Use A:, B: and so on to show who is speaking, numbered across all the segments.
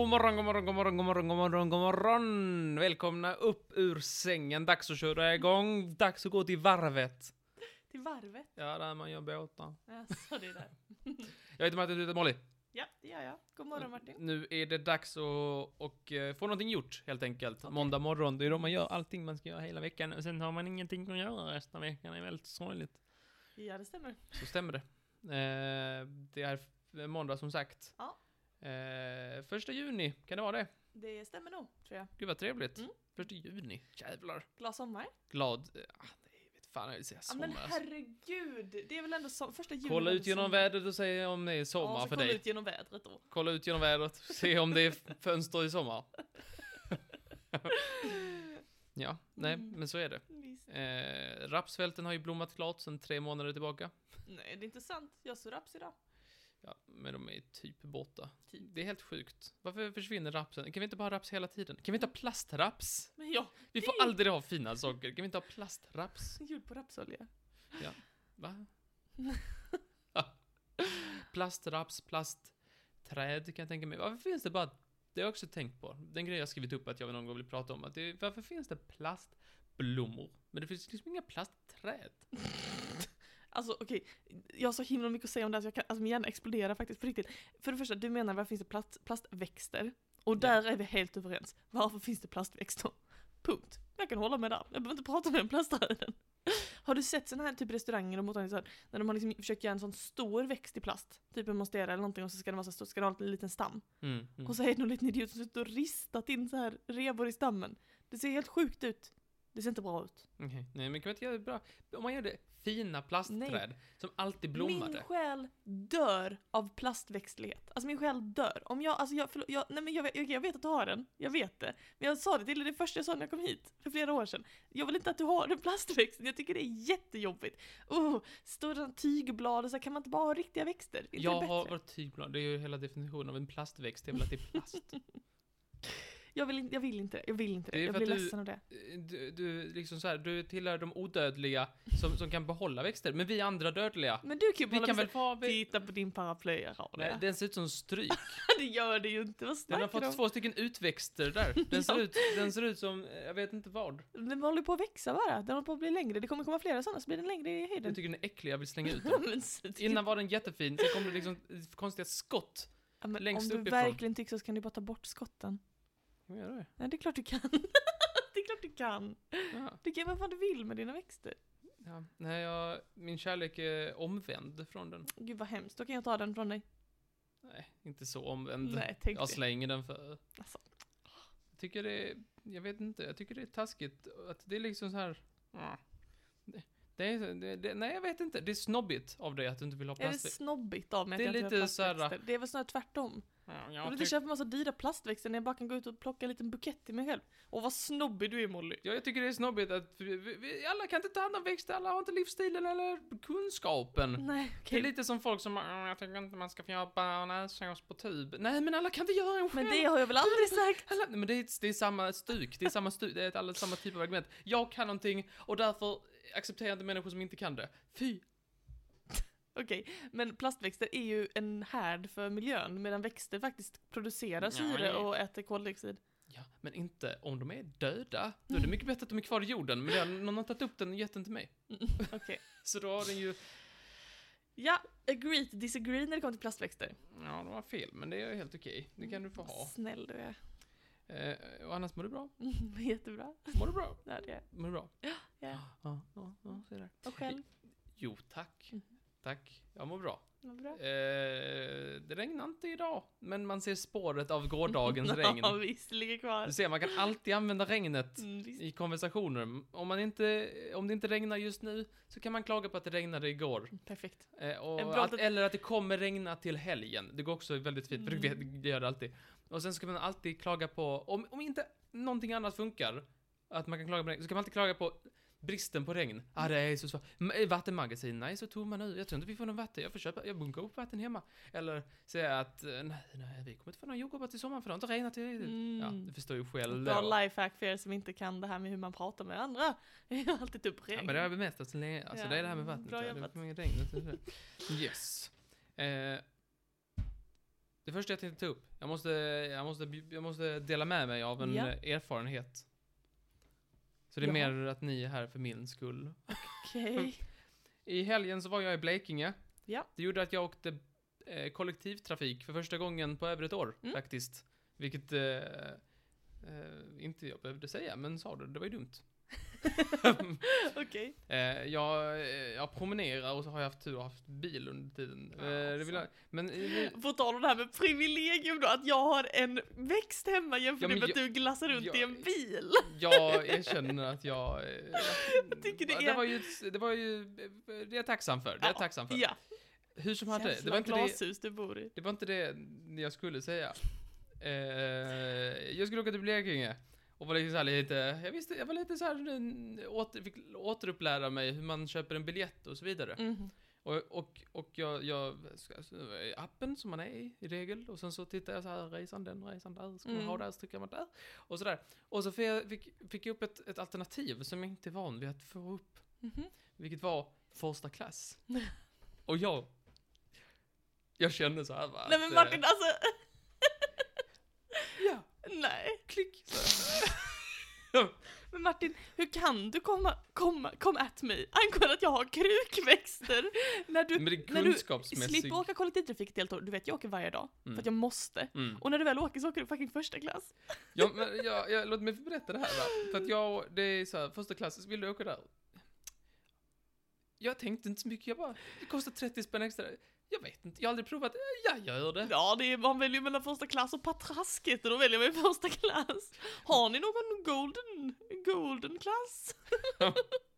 A: God morgon, god morgon, god morgon, god morgon, god morgon, god morgon! Välkomna upp ur sängen. Dags att köra igång. Dags att gå till varvet.
B: Till varvet?
A: Ja, där man gör båtar.
B: Alltså, det där.
A: Jag heter Martin, du heter Molly.
B: Ja, det gör jag. God morgon Martin.
A: Nu är det dags att och, eh, få någonting gjort, helt enkelt. Måndag morgon, det är då man gör allting man ska göra hela veckan. Och sen har man ingenting att göra resten av veckan. Det är väldigt sorgligt.
B: Ja, det stämmer.
A: Så stämmer det. Eh, det är f- måndag, som sagt.
B: Ja.
A: Eh, första juni, kan det vara det?
B: Det stämmer nog, tror jag.
A: Gud vad trevligt.
B: Mm.
A: Första juni, jävlar.
B: Glad sommar.
A: glad... Ah, nej, vet fan, jag vill säga
B: Ja,
A: sommar.
B: men
A: alltså.
B: herregud, det är väl ändå som, första juni.
A: Kolla
B: är
A: ut
B: väl
A: genom
B: sommar.
A: vädret och säg om det är sommar
B: ja, så
A: för
B: kolla
A: dig.
B: ut genom vädret då.
A: Kolla ut genom vädret, se om det är f- fönster i sommar. ja, nej,
B: Mm.
A: men så är det.
B: Visst.
A: Eh, rapsfälten har ju blommat klart sedan tre månader tillbaka.
B: Nej, det är inte sant. Jag såg raps idag.
A: Ja, men de är typ borta.
B: Typ.
A: Det är helt sjukt. Varför försvinner rapsen? Kan vi inte bara ha raps hela tiden? Kan vi
B: Mm.
A: inte ha plastraps?
B: Men ja,
A: Vi får aldrig ha fina saker. Kan vi inte ha plastraps?
B: gjord på rapsolja.
A: Va? Plastraps, plastträd kan jag tänka mig. Varför finns det bara... Det har jag också tänkt på. Den grejen jag skrivit upp att jag någon gång vill prata om. Att det, varför finns det plastblommor? Men det finns liksom inga plastträd.
B: Alltså okej, jag har så himla mycket att säga om det här så jag kan, alltså min hjärna exploderar faktiskt på riktigt. För det första, du menar varför finns det plast, plastväxter? Och där är vi helt överens. Varför finns det plastväxter? Punkt. Jag kan hålla med där. Jag behöver inte prata mer om plastträden. Har du sett sådana här typ restauranger och mottagningar så här, när de har liksom försökt göra en sån stor växt i plast? Typ en monstera eller någonting och så ska den vara så stor, ska den ha en liten stam.
A: Mm, mm.
B: Och så är det någon liten idiot som sitter och ristat in så här revor i stammen. Det ser helt sjukt ut. Det ser inte bra ut.
A: Okej. Nej, men kan man inte göra det bra? Om man gör det fina plastträd som alltid
B: Min
A: blommade.
B: själ dör av plastväxtlighet. Alltså min själ dör. Om jag, alltså jag, förlåt, jag, nej men jag, vet- okej, jag vet att du har den, jag vet det. Men jag sa det till dig det första jag sa när jag kom hit, för flera år sedan. Jag vill inte att du har den plastväxten, jag tycker det är jättejobbigt. Oh, stora tygblad och så här, kan man inte bara ha riktiga växter? Är Inte
A: Jag
B: det
A: har
B: bättre?
A: varit tygblad. Det är ju hela definitionen av en plastväxt. Det är väl att det är plast.
B: jag, vill, in- jag vill inte det, jag vill inte det.
A: Det är
B: Jag
A: för
B: blir
A: att du-
B: ledsen av det.
A: Du, du, liksom så här, du tillhör de odödliga som, som kan behålla växter. Men vi andra dödliga.
B: Men du kan
A: Vi
B: ju bara liksom
A: kan väl få...
B: titta på din paraply, jag har
A: Nej,
B: det.
A: den ser ut som stryk.
B: det gör det ju inte, vad
A: Den har
B: snackar du
A: fått
B: om?
A: två stycken utväxter där. Den ser,
B: Ja.
A: ut, den ser ut som, eh, jag vet inte vad.
B: Den håller på att växa bara, den håller på att bli längre. Det kommer komma flera sådana, så blir den längre i höjden.
A: Jag tycker den är äcklig, jag vill slänga ut den.
B: Men så tycker-
A: Innan var den jättefin, sen kom det liksom konstiga skott.
B: Ja, men
A: längst
B: om du
A: uppifrån.
B: verkligen tycker så kan du bara ta bort skotten.
A: Kan man göra det?
B: Nej, det är klart du kan. det är klart du kan.
A: Ja.
B: Du kan göra vad fan du vill med dina växter.
A: Ja. Nej, jag, min kärlek är omvänd från den.
B: Gud vad hemskt, då kan jag ta den från dig.
A: Nej, inte så omvänd.
B: Nej, tänk
A: jag
B: det.
A: slänger den för...
B: Alltså.
A: Jag tycker det är, jag vet inte, jag tycker det är taskigt. Att det är liksom så här... Mm. Det, det är, så- det, det, nej, jag vet inte. Det är snobbigt av dig att du inte vill ha
B: Är det
A: plastväxt.
B: snobbigt av mig
A: Det är
B: att jag inte
A: lite
B: har
A: såhär-
B: plastväxter? Det är väl snarare tvärtom.
A: Ja, typ.
B: Jag vill
A: jag,
B: inte
A: tyck,
B: köpa massa dyra plastväxter när jag bara kan gå ut och plocka en liten bukett till mig själv. Och vad snobbig du är Molly.
A: ja, jag tycker det är snobbigt att vi, vi- vi, alla kan inte ta hand om växter, alla har inte livsstilen eller kunskapen.
B: Nej,
A: Mm. Det
B: Mm. okej.
A: är lite som folk som bara, "Mm, jag tycker inte man ska få göra näsås på tub. Nej, men alla kan inte göra en själv.
B: Men det har jag väl aldrig sagt.
A: Alla, nej, men det, är, det är samma stuk, det är samma stuk, det är ett alldeles samma typ av argument. Jag kan någonting och därför accepterar jag inte människor som inte kan det. Fy!
B: Okej, men plastväxter är ju en härd för miljön medan växter faktiskt producerar syre
A: Nej.
B: och äter koldioxid.
A: Ja, men inte om de är döda. Då är det mycket bättre att de är kvar i jorden, men det har någon har tagit upp den och gett den till mig.
B: Mm, Okej.
A: Så då har den ju,
B: Ja, agree to disagree när det kommer till plastväxter.
A: ja, de har fel, men det är helt okej. Det kan du få ha.
B: Snäll du är.
A: Eh, och annars mår du bra?
B: Mm, Jättebra.
A: Mår du bra?
B: Ja, det är.
A: Mår du bra?
B: Ja.
A: Ja, ja, ja, så är det.
B: Och själv?
A: Jo, tack.
B: Mm.
A: Tack. Jag mår bra.
B: Vad bra.
A: Eh, det regnar inte idag, men man ser spåret av gårdagens regn.
B: Ja, visst. Ligger kvar.
A: Du ser, man kan alltid använda regnet
B: Mm, visst.
A: i konversationer. Om, man inte, om det inte regnar just nu så kan man klaga på att det regnade igår.
B: Perfekt.
A: Eh,
B: Eh,
A: och
B: bra
A: att,
B: att-
A: eller att det kommer regna till helgen. Det går också väldigt fint, för det,
B: Mm.
A: vet, det gör det alltid. Och sen ska man alltid klaga på, om, om inte någonting annat funkar, att man kan klaga på regn, så kan man alltid klaga på bristen på regn. Ah, det är så svårt. M- Vattenmagasinen är så tomma nu. Jag tror inte vi får någon vatten. Jag får köpa, jag bunkar upp vatten hemma. Eller säga att, eh, nej, nej, vi kommer inte få någon jordgubbar till sommaren för det har inte regnat tillräckligt.
B: Mm.
A: Ja, du förstår ju själv.
B: Bra
A: då.
B: lifehack för er som inte kan det här med hur man pratar med andra. Jag har alltid upp
A: Ja,
B: regn.
A: men det har jag bemästrat så länge. Alltså
B: Ja,
A: det är det här med
B: mm,
A: vattnet.
B: bra
A: ja, det är
B: jobbat.
A: för mycket regn. och så vidare. Yes. Eh, Det första jag tänkte ta upp, jag måste, jag måste, jag måste dela med mig av en
B: Ja.
A: eh, erfarenhet. Så det är
B: Ja.
A: mer att ni är här för min skull.
B: Okej.
A: I helgen så var jag i Blekinge.
B: Ja.
A: Det gjorde att jag åkte eh, kollektivtrafik för första gången på över ett år
B: Mm.
A: faktiskt. Vilket eh, eh, inte jag behövde säga, men sa det, det var ju dumt.
B: Okej.
A: Eh, jag, eh, jag promenerar och så har jag haft tur och haft bil under tiden.
B: Ja,
A: eh, det vill jag,
B: sant.
A: men i,
B: På tal om det här med privilegium då, att jag har en växt hemma jämfört
A: Ja, men
B: med att
A: jag-
B: du glassar runt
A: jag-
B: i en bil.
A: jag erkänner att jag... eh,
B: tycker det
A: det
B: är-
A: var ju, det var ju, det är jag tacksam för. Det är jag
B: Ja,
A: tacksam för.
B: Ja,
A: Hur som hade, det
B: jävla
A: var inte det,
B: glashus du bor i.
A: det var inte det jag skulle säga. Eh, jag skulle åka till Blekinge. Och var liksom så här lite, jag visste, jag var lite så här, eh, åter, fick återupplära mig hur man köper en biljett och så vidare.
B: Mhm.
A: Och, och, och jag, jag ska- alltså, appen som man är i, i regel, och sen så tittar jag så här, resan den, resan där, ska man
B: Mm.
A: ha där, så trycker man där. Och sådär. Och så fick jag, fick, fick jag upp ett, ett alternativ som jag inte är van vid att få upp,
B: Mhm.
A: vilket var första klass. och jag, jag kände så här va,
B: Nej men
A: att,
B: Martin,
A: eh,
B: alltså,
A: ja,
B: nej.
A: klick. Så,
B: Men Martin, hur kan du komma, komma, kom at mig angående att jag har krukväxter? När
A: men
B: du
A: det är
B: när du
A: kunskapsmässigt.
B: slipper åka kollektivtrafik deltar, du vet jag åker varje dag,
A: Mm.
B: för att jag måste.
A: Mm.
B: Och när du väl åker så åker du fucking första klass.
A: Ja, men jag, jag, låt mig berätta det här va. För att jag, det är så här, första klass, vill du åka där? Jag tänkte inte så mycket, jag bara, det kostar 30 spänn extra. Jag vet inte, jag har aldrig provat, jag gör det.
B: Ja, det är, man väljer mellan första klass och patrasket och då väljer man ju första klass. Har ni någon golden, golden klass?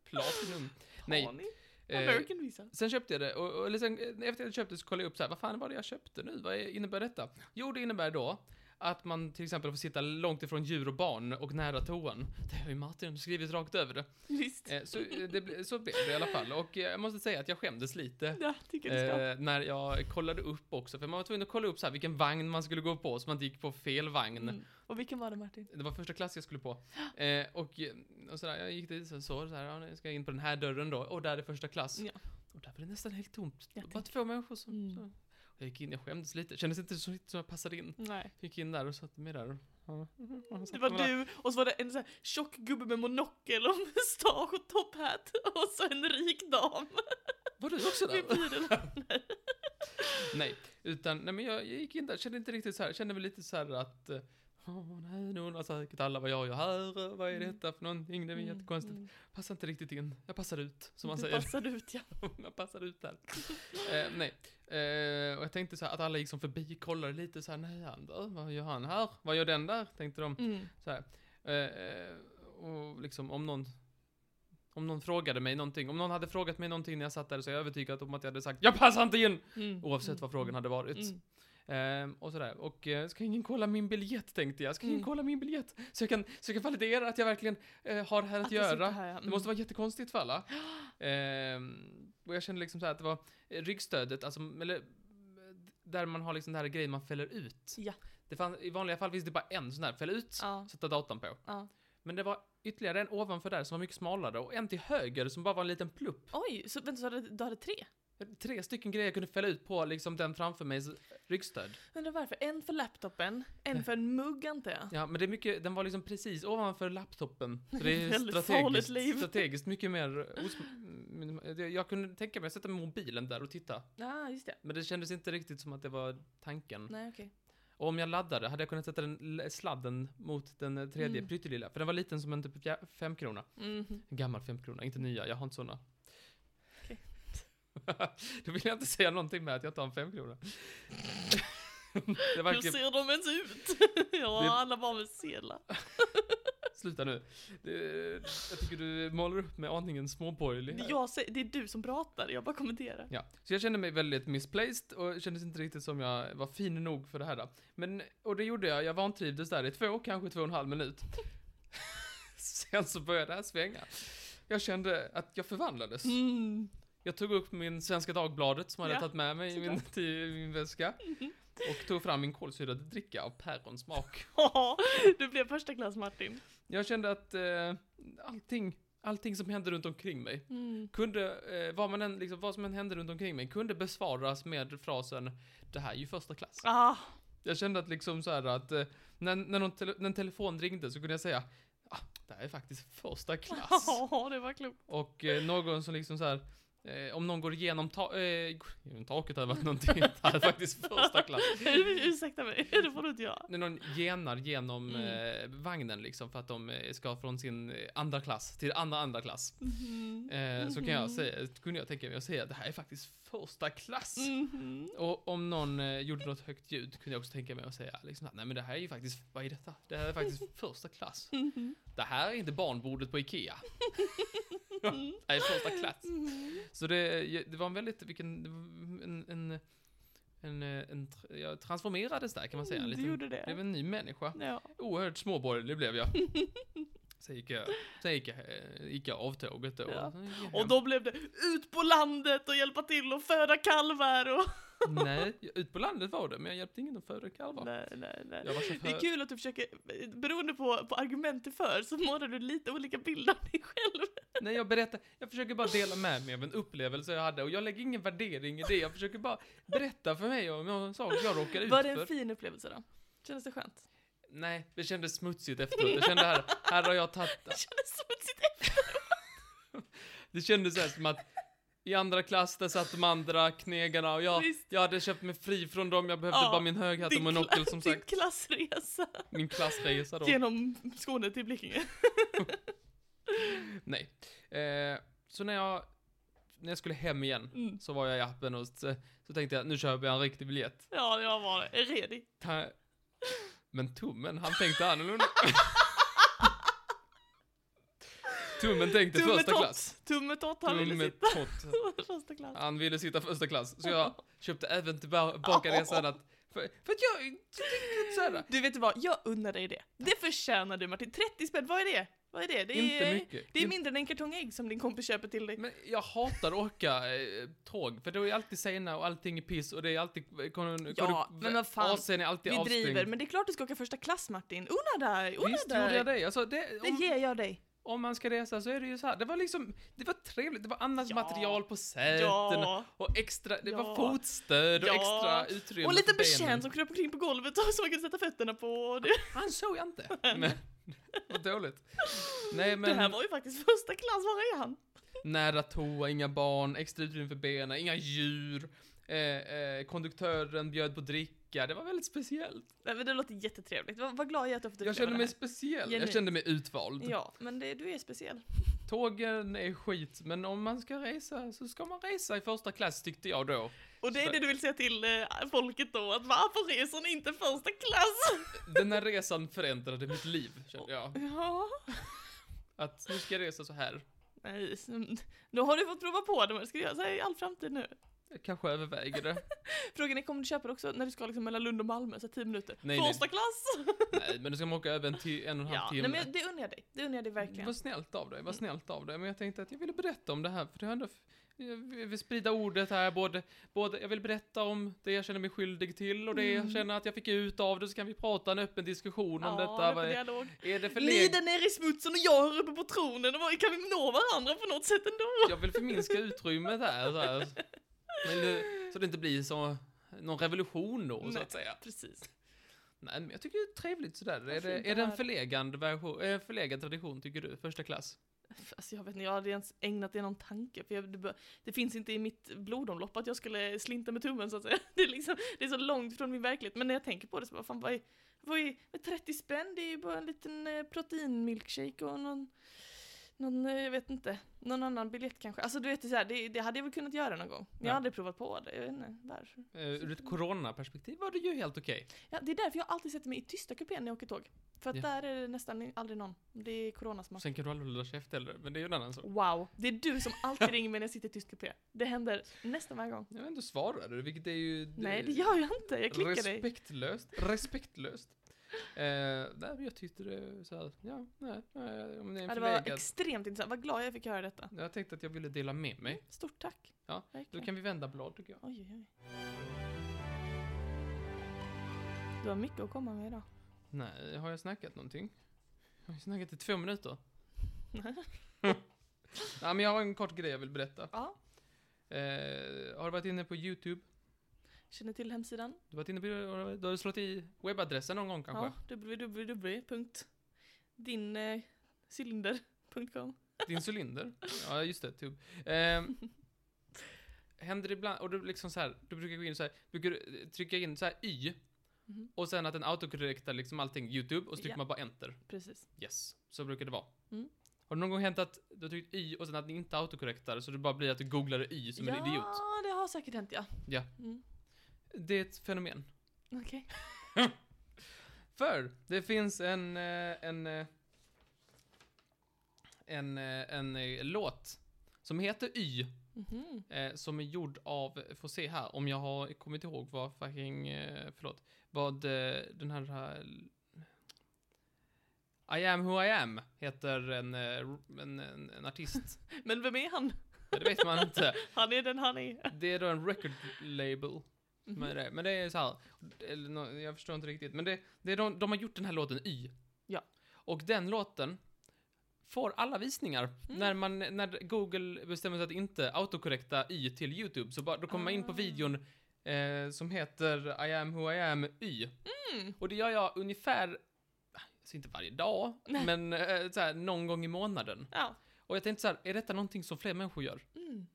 A: Platinum.
B: Har
A: Nej.
B: ni?
A: Eh,
B: American visa.
A: sen köpte jag det, och, och eller sen, eh, efter jag köpte så kollade jag upp så här, vad fan var det jag köpte nu? Vad är- innebär detta? Jo, det innebär då att man till exempel får sitta långt ifrån djur och barn och nära toan. Det har ju Martin skrivit rakt över det.
B: Visst.
A: Eh, så, eh, det ble- så blev det i alla fall, och eh, jag måste säga att jag skämdes lite.
B: Ja, tycker du ska.
A: Eh, när jag kollade upp också, för man var tvungen att kolla upp så här vilken vagn man skulle gå på så man inte gick på fel vagn.
B: Mm. Och vilken var det Martin?
A: Det var första klass jag skulle på. Eh, och, och sådär, jag gick dit så så, så här, ja, nu ska jag in på den här dörren då, och där är första klass.
B: Ja.
A: Och där var det nästan helt tomt.
B: Jag
A: Bara två människor som...
B: Mm.
A: Så. Och jag gick in, jag skämdes lite, kändes inte så riktigt som jag passade in.
B: Nej.
A: Gick in där och satte mig där. Ja.
B: Det var du, och så var det en sån här tjock gubbe med monokel och mustasch och top hat och så en rik dam
A: Var du också där?
B: vid bilen.
A: Nej, utan nej, men jag, jag gick in där, kände inte riktigt så här, kände väl lite så här att eh, Åh nej, nu undrar säkert alla vad jag gör här, eh, vad är
B: Mm.
A: detta för någonting, det är väl
B: Mm,
A: jättekonstigt.
B: mm.
A: Passar inte riktigt in, jag passar ut, som man
B: Du
A: säger.
B: passade ut ja.
A: jag passar ut där. eh, nej, eh, och jag tänkte så här att alla gick som förbi, kollade lite så här, nej han där, vad gör han här, vad gör den där, tänkte de.
B: Mm.
A: Så här. Eh, eh, och liksom om någon om någon frågade mig någonting, om någon hade frågat mig någonting när jag satt där så är jag övertygad om att jag hade sagt Jag passar inte in!
B: Mm.
A: Oavsett vad frågan hade varit.
B: Mm.
A: Ehm, och sådär. Och eh, ska ingen kolla min biljett tänkte jag. Ska ingen
B: Mm.
A: kolla min biljett? Så jag kan, så jag kan validera att jag verkligen eh, har det här att,
B: Att det sitter
A: göra.
B: här, ja.
A: Det måste
B: Mm.
A: vara jättekonstigt för alla. Ehm, och jag kände liksom så här att det var eh, ryggstödet, alltså, eller eh, där man har liksom det här grejen man fäller ut.
B: Ja.
A: Det fann, I vanliga fall finns det bara en sån här, fäll ut,
B: Ja.
A: sätta datorn på.
B: Ja.
A: Men det var ytterligare en ovanför där som var mycket smalare och en till höger som bara var en liten plupp.
B: Oj, så vänta, så hade, du hade tre?
A: Tre stycken grejer jag kunde fälla ut på liksom den framför mig ryggstöd.
B: Undrar varför? En för laptopen, en för en mugg antar jag.
A: Ja, men det är mycket, den var liksom precis ovanför laptopen. Så det är
B: Väldigt farligt liv.
A: strategiskt, strategiskt mycket mer... Os- jag kunde tänka mig att sätta mobilen där och titta.
B: Ja, ah, just det.
A: Men det kändes inte riktigt som att det var tanken.
B: Nej, okej.
A: Och om jag laddade hade jag kunnat sätta den l- sladden mot den eh, tredje
B: Mm.
A: pyttelilla. För den var liten som en typ fja- femkrona.
B: Mhm.
A: En gammal femkrona, inte nya. Jag har inte såna.
B: Okej.
A: Då vill jag inte säga någonting med att jag tar en femkrona. det
B: Hur
A: verkar...
B: ser de ens ut? ja,
A: Det-
B: alla bara med sedlar.
A: Sluta nu. Det, jag tycker du målar upp med aningen småborgerlig.
B: Det,
A: här.
B: är jag, säger- det är du som pratar, jag bara kommenterar.
A: Ja, så jag kände mig väldigt misplaced och kändes inte riktigt som jag var fin nog för det här. Då. Men, och det gjorde jag, jag vantrivdes där i två, kanske två och en halv minut. Sen så började det här svänga. Jag kände att jag förvandlades.
B: Mm.
A: Jag tog upp min Svenska Dagbladet som hade
B: Ja,
A: tagit med mig i min, i min väska.
B: Mhm.
A: Och tog fram min kolsyrade dricka av päronsmak.
B: du blev första klass Martin.
A: Jag kände att eh, allting, allting som hände runt omkring mig
B: Mm.
A: kunde, eh, vad, man än, liksom, vad som än hände runt omkring mig, kunde besvaras med frasen Det här är ju första klass.
B: Ah,
A: Jag kände att liksom så här att eh, när, när, någon tele, när en telefon ringde så kunde jag säga ah, Det här är faktiskt första klass.
B: Ja, det var klokt.
A: Och eh, någon som liksom så här eh, om någon går igenom ta- eh, går igenom taket hade varit någonting. Det här är faktiskt första klass.
B: Ursäkta mig, det får du inte göra.
A: När någon genar genom
B: Mm.
A: eh, vagnen liksom för att de eh, ska från sin eh, andra klass till andra andra klass.
B: Mhm.
A: Eh, så kan
B: Mhm.
A: jag säga, kunde jag tänka mig att säga att det här är faktiskt första klass.
B: Mhm.
A: Och om någon eh, gjorde något högt ljud kunde jag också tänka mig att säga liksom, nej men det här är ju faktiskt, vad är detta? Det här är faktiskt första klass.
B: Mhm.
A: Det här är inte barnbordet på Ikea. det här är första klass.
B: Mm-hmm.
A: Så det, det var en väldigt, vilken, det var en, en, en, eh, en tr- jag transformerades där kan man säga. En
B: Du
A: liten-
B: gjorde
A: blev
B: Mm, det.
A: en ny människa.
B: Ja.
A: Oerhört småborgerlig blev jag. Sen gick jag, sen gick jag, eh, gick jag av tåget då.
B: Ja.
A: Sen gick jag hem.
B: Och då blev det ut på landet och hjälpa till och föda kalvar och...
A: Nej, ut på landet var det, men jag hjälpte ingen att föda kalvar.
B: Nej, nej, nej.
A: Jag var
B: Det är
A: chaufför.
B: kul att du försöker, beroende på, på argument du för, så målar du lite olika bilder av dig själv.
A: Nej, jag berättar. Jag försöker bara dela med mig av en upplevelse jag hade och jag lägger ingen värdering i det. Jag försöker bara berätta för mig om någon sak jag råkade ut
B: Var det
A: för.
B: en fin upplevelse då? Kändes det skönt?
A: Nej, det kändes smutsigt efteråt. Jag kände här, här har jag tagit...
B: Kändes smutsigt
A: Det kändes så här som att i andra klass där satt de andra knegarna och jag,
B: Visst.
A: jag hade köpt mig fri från dem. Jag behövde
B: Ja,
A: bara min höghatt och
B: din
A: monokel som
B: din
A: sagt.
B: klassresa
A: Min klassresa då.
B: genom Skåne till Blekinge.
A: Nej. Eh, så när jag, när jag skulle hem igen
B: Mm.
A: så var jag i appen och så, så tänkte jag nu köper jag en riktig biljett.
B: Ja, jag var redig.
A: Ta- Men tummen, han tänkte annorlunda. tummen tänkte första klass.
B: Tummetott, han ville sitta
A: Tummetott.
B: första klass.
A: Han ville sitta första klass. Så jag köpte även tillbaka resan att... För, för att jag... så här,
B: Du vet vad, jag unnar dig det. Det förtjänar du Martin. 30 spänn, vad är det? Vad är det? Det är,
A: Inte mycket.
B: Det är
A: Inte-
B: mindre än en kartong ägg som din kompis köper till dig.
A: Men jag hatar att åka eh, tåg, för då är alltid sena och allting är piss och det är alltid... Kon, kon,
B: Ja, men vad fan.
A: AC'n är alltid
B: Vi
A: avstängd.
B: driver, men det är klart du ska åka första klass Martin. Unna dig, unna
A: Visst
B: dig.
A: gjorde jag det. Alltså, det,
B: Det
A: om,
B: ger jag dig.
A: om man ska resa så är det ju så här. Det var liksom, det var trevligt. Det var annat
B: Ja.
A: material på sätena.
B: Ja.
A: Och extra, det var
B: Ja.
A: fotstöd och
B: Ja.
A: extra utrymme
B: Och en liten
A: för benen.
B: betjänt som kröp omkring på golvet och som man kunde sätta fötterna på. Och Det,
A: Han såg jag inte. Men, vad dåligt. Nej
B: det här
A: men,
B: var ju faktiskt första klass, var är han?
A: nära toa, inga barn, extra utrymme för benen, inga djur. Eh, eh, konduktören bjöd på dricka, det var väldigt speciellt.
B: Nej, men det låter jättetrevligt. Vad, vad glad jag är att du har fått
A: Jag
B: uppleva
A: kände
B: det
A: mig
B: här.
A: speciell, jag
B: Genuint.
A: kände mig utvald.
B: Ja, men det, du är speciell.
A: Tågen är skit, men om man ska resa så ska man resa i första klass tyckte jag då.
B: Och det är det du vill säga till eh, folket då, att varför reser ni inte första klass?
A: Den här resan förändrade mitt liv, kände jag.
B: Ja.
A: Att nu ska jag resa så här.
B: Nej, så- då har du fått prova på det, men det ska du göra så här i all framtid nu.
A: Jag kanske överväger det.
B: Frågan är, kommer du köpa det också när du ska liksom mellan Lund och Malmö, så här 10 minuter?
A: Nej, nej.
B: första klass!
A: Nej, men du ska man åka över en, ti- en och en halv
B: Ja,
A: timme.
B: nej, men det unnar jag dig. Det unnar jag dig verkligen. Mm.
A: Vad snällt av dig, vad snällt av dig. Men jag tänkte att jag ville berätta om det här, för det har ändå... Jag vill sprida ordet här, både, både... Jag vill berätta om det jag känner mig skyldig till och det jag
B: Mm.
A: känner att jag fick ut av det, så kan vi prata en öppen diskussion om
B: det
A: detta.
B: är
A: Vad
B: för
A: är,
B: dialog.
A: är det för
B: Ni
A: lek?
B: där nere i smutsen och jag här uppe på tronen, och vad- kan vi nå varandra på något sätt ändå?
A: Jag vill förminska utrymmet här, så, här. Men det, så det inte blir så, någon revolution då, så
B: Nej.
A: att säga.
B: Precis.
A: Nej, men jag tycker det är trevligt sådär. Är
B: Varför
A: det,
B: inte
A: är det en
B: här?
A: förlegad, version, eh, förlegad tradition, tycker du? Första klass?
B: Alltså jag vet inte, jag hade ens ägnat det någon tanke för jag, det, bör- det finns inte i mitt blodomlopp att jag skulle slinta med tummen så att säga. Det är, liksom, det är så långt från min verklighet. Men när jag tänker på det så bara, fan vad är, vad är med 30 spänn? Det är ju bara en liten eh, proteinmilkshake och någon, någon, eh, jag vet inte, någon annan biljett kanske. Alltså du vet, det, är så här, det, det hade jag väl kunnat göra någon gång. Men jag
A: Ja.
B: har aldrig provat på det, jag vet inte varför.
A: Eh, ur ett coronaperspektiv var det ju helt okej.
B: Ja, det är därför jag alltid sätter mig i tysta kupén när jag åker tåg. För att
A: Ja.
B: där är det nästan aldrig någon. Det är coronasmak.
A: Sen kan du aldrig hålla käft heller, men det är ju en annan sak.
B: Wow, det är du som alltid ringer mig när jag sitter i tyst kupé. Det händer nästan varje gång.
A: Jag vet inte, svarar du? Vilket är ju...
B: Nej, det gör jag inte. Jag klickar dig.
A: Respektlöst. Respektlöst. Eh, nej, men jag tyckte det så här, ja, nej, nej, om det är en
B: Ja, det var
A: förlegad...
B: extremt intressant. Vad glad jag fick höra detta.
A: Jag tänkte att jag ville dela med mig.
B: Stort tack.
A: Ja, Då
B: Verkligen.
A: kan vi vända blad tycker jag.
B: Oj, oj, oj. Du har mycket att komma med idag.
A: Nej, har jag snackat någonting? Jag har ju snackat i två minuter. Nej, men jag har en kort grej jag vill berätta.
B: Ja,
A: Eh, har du varit inne på YouTube?
B: känner till hemsidan.
A: Du har varit inne på, du har slått i webbadressen någon gång kanske?
B: Ja, eh, www.dincylinder.com.
A: Din cylinder? Ja, just det. Tub. Ehm, händer det ibland, och du liksom så här, du brukar gå in så här, brukar du eh, trycka in så här y,
B: Mhm,
A: och sen att den autokorrektar liksom allting YouTube, och så trycker
B: Ja.
A: man bara enter.
B: Precis.
A: Yes. Så brukar det vara.
B: Mm.
A: Har det någon gång hänt att du har tryckt y och sen att den inte autokorrektar, så det bara blir att du googlar y som
B: ja,
A: en idiot?
B: det har säkert hänt ja.
A: Ja.
B: Mm.
A: Det är ett fenomen.
B: Okej.
A: För det finns en, eh, en, eh, en, eh, en eh, låt som heter Y,
B: Mhm.
A: eh, som är gjord av, får se här om jag har kommit ihåg vad fucking, eh, förlåt, vad eh, den här, eh, I am who I am heter en, eh, en, en, en artist.
B: Men vem är han?
A: Men det vet man inte.
B: Han är den han är.
A: Det är då en record label.
B: Mhm.
A: Med det. Men det är så här, eller, nå- jag förstår inte riktigt, men det, det är de, de har gjort den här låten Y.
B: Ja.
A: Och den låten får alla visningar.
B: Mm.
A: När, man, när Google bestämmer sig att inte autokorrekta Y till YouTube, så bara, då kommer man in på
B: Ah.
A: videon eh, som heter I am who I am Y.
B: Mm.
A: Och det gör jag ungefär, alltså inte varje dag,
B: Nej.
A: men eh, så här, någon gång i månaden.
B: Ja.
A: Och jag tänkte så här, är detta någonting som fler människor gör?
B: Mm.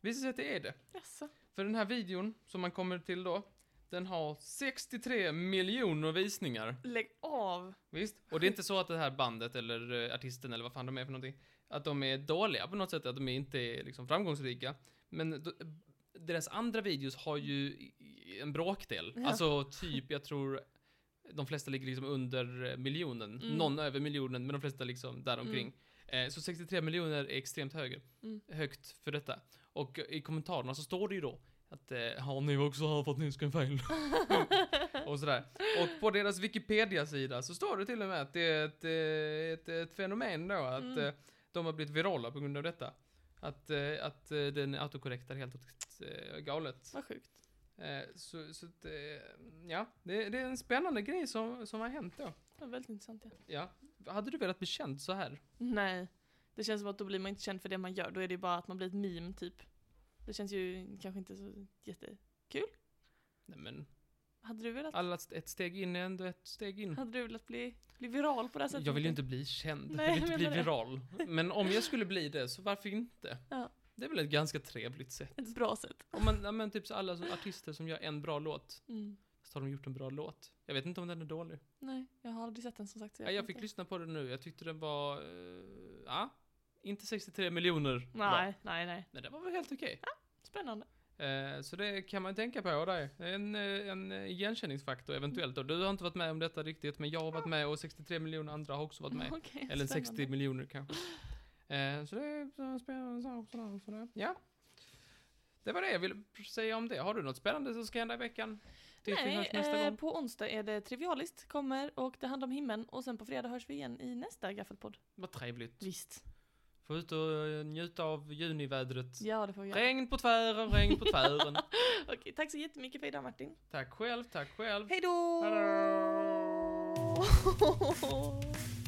A: Visst sig att det är det.
B: Jaså.
A: För den här videon som man kommer till då, den har 63 miljoner visningar.
B: Lägg av.
A: Visst? Och det är inte så att det här bandet eller eh, artisten eller vad fan de är för någonting, att de är dåliga på något sätt, att de inte är liksom framgångsrika. Men d- deras andra videos har ju i- i- en bråkdel.
B: Ja.
A: Alltså typ, jag tror de flesta ligger liksom under eh, miljonen,
B: Mm.
A: någon över miljonen, men de flesta liksom däromkring. Eh, Så 63 miljoner är extremt höger,
B: Mm.
A: högt för detta. Och i kommentarerna så står det ju då att eh, har ni också haft nysken fel? och sådär. Och på deras Wikipedia-sida så står det till och med att det är ett, eh, ett, ett fenomen då, att
B: Mm.
A: eh, de har blivit virala på grund av detta. Att, eh, att eh, den autokorrektar helt åt eh, galet.
B: Vad sjukt.
A: Eh, Så, så att, eh, ja, det, det är en spännande grej som, som har hänt då.
B: Det var väldigt intressant ja.
A: Ja. Hade du velat bli känd så här?
B: Nej. Det känns som att då blir man inte känd för det man gör. Då är det ju bara att man blir ett meme typ. Det känns ju kanske inte så jätte...
A: Nej men,
B: Hade du velat,
A: alla st- ett steg in är ändå ett steg in.
B: hade du velat bli, bli viral på det här sättet?
A: Jag vill ju inte bli känd,
B: Nej,
A: Alltså, jag vill inte bli
B: jag menar det.
A: viral. Men om jag skulle bli det, så varför inte?
B: Ja.
A: Det är väl ett ganska trevligt sätt.
B: Ett bra sätt.
A: Om man, ja, men typ så alla så artister som gör en bra låt,
B: Mm.
A: så har de gjort en bra låt. Jag vet inte om den är dålig.
B: Nej, jag har aldrig sett den som sagt. så
A: Jag, jag
B: vet
A: fick
B: inte.
A: lyssna på den nu, jag tyckte den var... eh, ja, inte 63 miljoner bra.
B: Nej, nej, nej.
A: Men det var väl helt okej.
B: Spännande.
A: Eh, Så det kan man tänka på där. Det är en, eh, en eh, igenkänningsfaktor eventuellt. Och du har inte varit med om detta riktigt, men jag har varit med och 63 miljoner andra har också varit med.
B: Okej,
A: Eller
B: spännande.
A: 60 miljoner kanske. Eh, så det är så spännande sak sådär, sådär. Ja. Det var det jag ville säga om det. Har du något spännande som ska hända i veckan? Tills vi
B: Nej,
A: hörs nästa
B: eh,
A: gång.
B: på onsdag är det Trivialist kommer och det handlar om himlen och sen på fredag hörs vi igen i nästa Gaffelpodd.
A: Vad trevligt.
B: Visst.
A: Få ut och eh, njuta av junivädret.
B: Ja, det får vi göra.
A: Regn på tvären, regn på tvären.
B: Okej, tack så jättemycket för idag Martin.
A: tack själv, tack själv.
B: Hej då!
A: Hallå!